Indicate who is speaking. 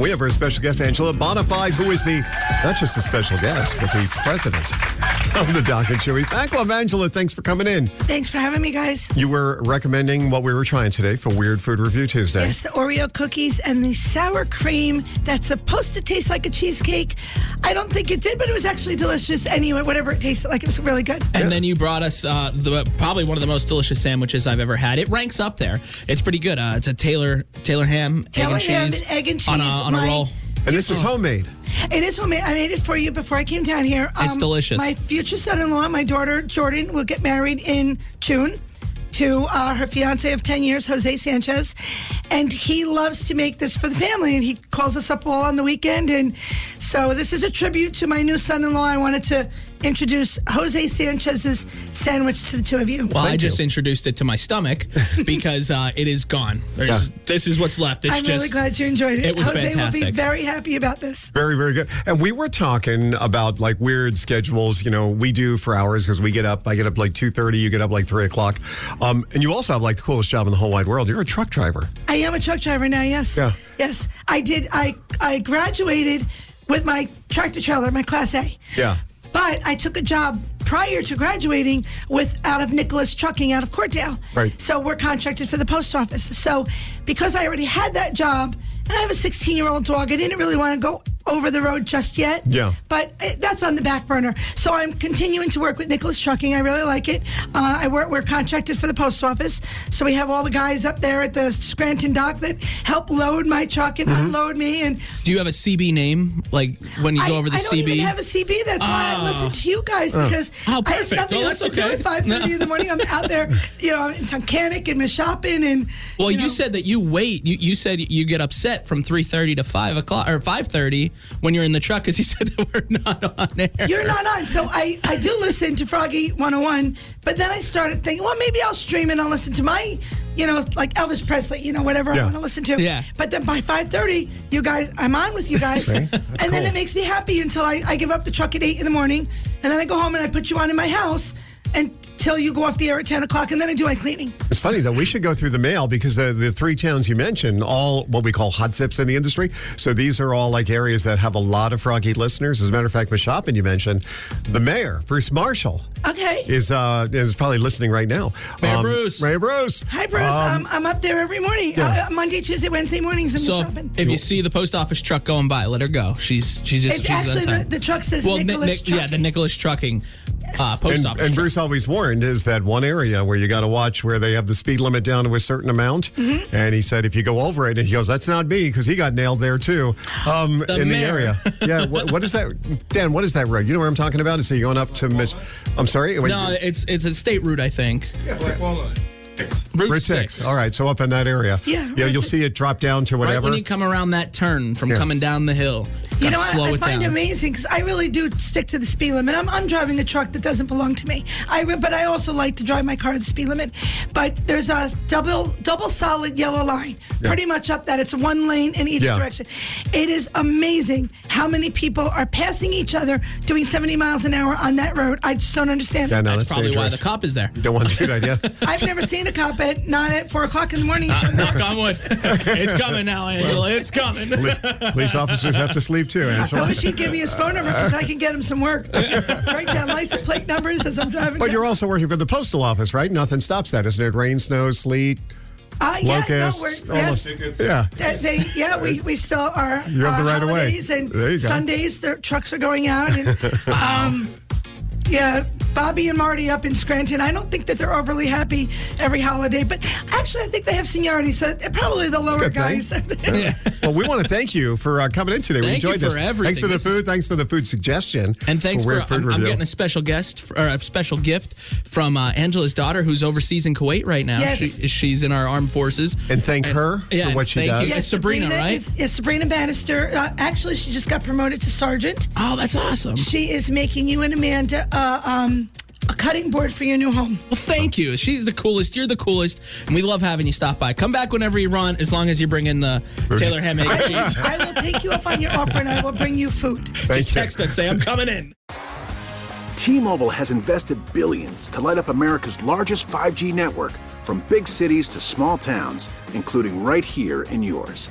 Speaker 1: We have our special guest, Angela Bonafide, who is the, not just a special guest, but the president of the Docket Show. He's back. Love, Angela. Thanks for coming in.
Speaker 2: Thanks for having me, guys.
Speaker 1: You were recommending what we were trying today for Weird Food Review Tuesday.
Speaker 2: Yes, the Oreo cookies and the sour cream that's supposed to taste like a cheesecake. I don't think it did, but it was actually delicious anyway. Whatever it tasted like, it was really good.
Speaker 3: And then you brought us uh, the probably one of the most delicious sandwiches I've ever had. It ranks up there. It's pretty good. Uh, it's a Taylor Taylor ham,
Speaker 2: Taylor
Speaker 3: egg and
Speaker 2: ham
Speaker 3: cheese,
Speaker 2: and egg and
Speaker 3: on a,
Speaker 2: cheese,
Speaker 3: on a
Speaker 2: my-
Speaker 3: roll.
Speaker 1: And this is homemade.
Speaker 2: It is homemade. I made it for you before I came down here. Um,
Speaker 3: It's delicious.
Speaker 2: My future son-in-law, my daughter Jordan, will get married in June to uh, her fiance of 10 years, Jose Sanchez, and he loves to make this for the family. And he calls us up all on the weekend, and so this is a tribute to my new son-in-law. I wanted to introduce Jose Sanchez's sandwich to the two of you.
Speaker 3: Well, I just introduced it to my stomach because uh, it is gone. There's, This is what's left. It's
Speaker 2: I'm
Speaker 3: just
Speaker 2: really glad you enjoyed it.
Speaker 3: it was
Speaker 2: Jose will be
Speaker 3: fantastic.
Speaker 2: very happy about this.
Speaker 1: Very, very good. And we were talking about like weird schedules. You know, we do for hours because we get up. I get up like two thirty. You get up like three o'clock. Um, and you also have like the coolest job in the whole wide world. You're a truck driver.
Speaker 2: I am a truck driver now. Yes.
Speaker 1: Yeah.
Speaker 2: Yes, I did. I I graduated with my tractor trailer, my Class A.
Speaker 1: Yeah.
Speaker 2: But I took a job prior to graduating with out of Nicholas Trucking out of Courtdale.
Speaker 1: Right.
Speaker 2: So we're contracted for the post office. So because I already had that job, and I have a 16 year old dog, I didn't really want to go over the road just yet.
Speaker 1: Yeah.
Speaker 2: But uh, that's on the back burner. So I'm continuing to work with Nicholas Trucking. I really like it. Uh, I work, we're contracted for the post office. So we have all the guys up there at the Scranton dock that help load my truck and unload me. And
Speaker 3: Do Mm-hmm. you have a CB name? Like when you
Speaker 2: I,
Speaker 3: go over the
Speaker 2: I
Speaker 3: CB?
Speaker 2: don't even have a CB. That's why I listen to you guys because
Speaker 3: Oh,
Speaker 2: I have
Speaker 3: perfect.
Speaker 2: nothing
Speaker 3: Well,
Speaker 2: else
Speaker 3: that's
Speaker 2: to do
Speaker 3: okay.
Speaker 2: at 5.30 in the morning. I'm out there, you know, in Tunkhannock and shopping and,
Speaker 3: well, you,
Speaker 2: know.
Speaker 3: said that you wait. You, you said you get upset from three thirty to five o'clock or five thirty when you're in the truck because you said that we're not on air.
Speaker 2: You're not on. So I, I do listen to Froggy 101, but then I started thinking, well, maybe I'll stream and I'll listen to my, you know, like Elvis Presley, you know, whatever
Speaker 1: Yeah.
Speaker 2: I want to listen to.
Speaker 3: Yeah.
Speaker 2: But then by 5.30, you guys, I'm on with you guys. and then it makes me happy until I, I give up the truck at 8 in the morning. And then I go home and I put you on in my house until you go off the air at 10 o'clock. And then I do my cleaning.
Speaker 1: It's funny though. We should go through the mail because the, the three towns you mentioned, all what we call hot zips in the industry. So these are all like areas that have a lot of froggy listeners. As a matter of fact, Mashopin, you mentioned the mayor, Bruce Marshall,
Speaker 2: Okay.
Speaker 1: is uh is probably listening right now. Um,
Speaker 3: Mayor Bruce.
Speaker 1: Mayor Bruce.
Speaker 2: Hi, Bruce. Um, I'm up there every morning.
Speaker 1: yeah.
Speaker 2: Uh, Monday, Tuesday, Wednesday mornings. I'm
Speaker 3: So if,
Speaker 2: shopping.
Speaker 3: if you see the post office truck going by, let her go. She's she's just
Speaker 2: It's
Speaker 3: she's on
Speaker 2: actually the-
Speaker 3: time.
Speaker 2: the truck says
Speaker 3: Ni-
Speaker 2: Nicholas
Speaker 3: Ni- yeah the
Speaker 2: Trucking.
Speaker 3: Nicholas Trucking uh, post
Speaker 1: And,
Speaker 3: office.
Speaker 1: and
Speaker 3: truck.
Speaker 1: Bruce always warned is that one area where you got to watch where they have the speed limit down to a certain amount.
Speaker 3: Mm-hmm.
Speaker 1: And he said, if you go over it, and he goes, that's not me because he got nailed there too um,
Speaker 3: The
Speaker 1: in the
Speaker 3: mayor.
Speaker 1: area. Yeah. What, what is that? Dan, what is that road? You know where I'm talking about? So you're going up to Miss. I'm sorry. Wait,
Speaker 3: no, it's it's a state route, I think.
Speaker 4: Black walnut.
Speaker 3: Route,
Speaker 1: Route
Speaker 3: six.
Speaker 1: six. All right. So up in that area.
Speaker 2: Yeah,
Speaker 1: Yeah.
Speaker 2: Route
Speaker 1: You'll
Speaker 2: six.
Speaker 1: see it drop down to
Speaker 3: Right
Speaker 1: whatever.
Speaker 3: when you come around that turn from
Speaker 1: Yeah.
Speaker 3: coming down the hill,
Speaker 2: You
Speaker 3: gotta
Speaker 2: know, I,
Speaker 3: slow
Speaker 2: I
Speaker 3: it
Speaker 2: find it
Speaker 3: down.
Speaker 2: amazing because I really do stick to the speed limit. I'm, I'm driving a truck that doesn't belong to me. I re- but I also like to drive my car at the speed limit. But there's a double double solid yellow line, pretty much up that. It's one lane in each
Speaker 1: Yeah.
Speaker 2: direction. It is amazing how many people are passing each other doing 70 miles an hour on that road. I just don't understand.
Speaker 1: yeah,
Speaker 2: it.
Speaker 1: no,
Speaker 3: That's
Speaker 1: that's,
Speaker 3: probably why
Speaker 1: dangerous.
Speaker 3: the cop is there.
Speaker 1: You don't want to do that. Yeah.
Speaker 2: I've never seen a cop at not at four o'clock in the morning.
Speaker 3: Knock on wood. it's coming now, Angela. It's coming.
Speaker 1: police, police officers have to sleep too. Ansel.
Speaker 2: I wish he'd give me his phone number because I can get him some work. Write down license plate numbers as I'm driving.
Speaker 1: But
Speaker 2: down.
Speaker 1: you're also working for the postal office, right? Nothing stops that, isn't it? Rain, snow, sleet,
Speaker 2: Uh, yeah, no,
Speaker 1: locusts,
Speaker 2: we're,
Speaker 1: all those-
Speaker 2: yes,
Speaker 4: Tickets.
Speaker 1: Yeah.
Speaker 2: uh, they, yeah, we, we still are.
Speaker 1: You have
Speaker 2: uh,
Speaker 1: the right of way.
Speaker 2: holidays and
Speaker 1: There you go.
Speaker 2: Sundays, the trucks are going out, and um, yeah, Bobby and Marty up in Scranton. I don't think that they're overly happy every holiday, but actually, I think they have seniority, so they're probably the lower
Speaker 1: good thing.
Speaker 2: guys.
Speaker 1: well, we want to thank you for uh, coming in today. we
Speaker 3: Thank you
Speaker 1: enjoyed this.
Speaker 3: for everything.
Speaker 1: Thanks for the
Speaker 3: This is-
Speaker 1: food. Thanks for the food suggestion.
Speaker 3: And thanks for,
Speaker 1: Weird Food
Speaker 3: I'm, I'm
Speaker 1: Review.
Speaker 3: getting a special guest f- or a special gift from uh, Angela's daughter, who's overseas in Kuwait right now.
Speaker 2: Yes.
Speaker 3: She, she's in our armed forces.
Speaker 1: and thank her
Speaker 3: yeah,
Speaker 1: for what she
Speaker 3: thank
Speaker 1: does.
Speaker 3: you. It's Sabrina, right?
Speaker 2: Is, is Sabrina Bannister. Uh, actually, she just got promoted to sergeant.
Speaker 3: Oh, that's awesome! Well,
Speaker 2: She is making you and Amanda uh, um, a cutting board for your new home.
Speaker 3: thank you. She's the coolest. You're the coolest, and we love having you stop by. Come back whenever you want, as long as you bring in the Taylor ham and cheese.
Speaker 2: I will take you up on your offer and I will bring you food.
Speaker 3: Just text us, say I'm coming in.
Speaker 4: T-Mobile has invested billions to light up America's largest 5G network from big cities to small towns, including right here in yours.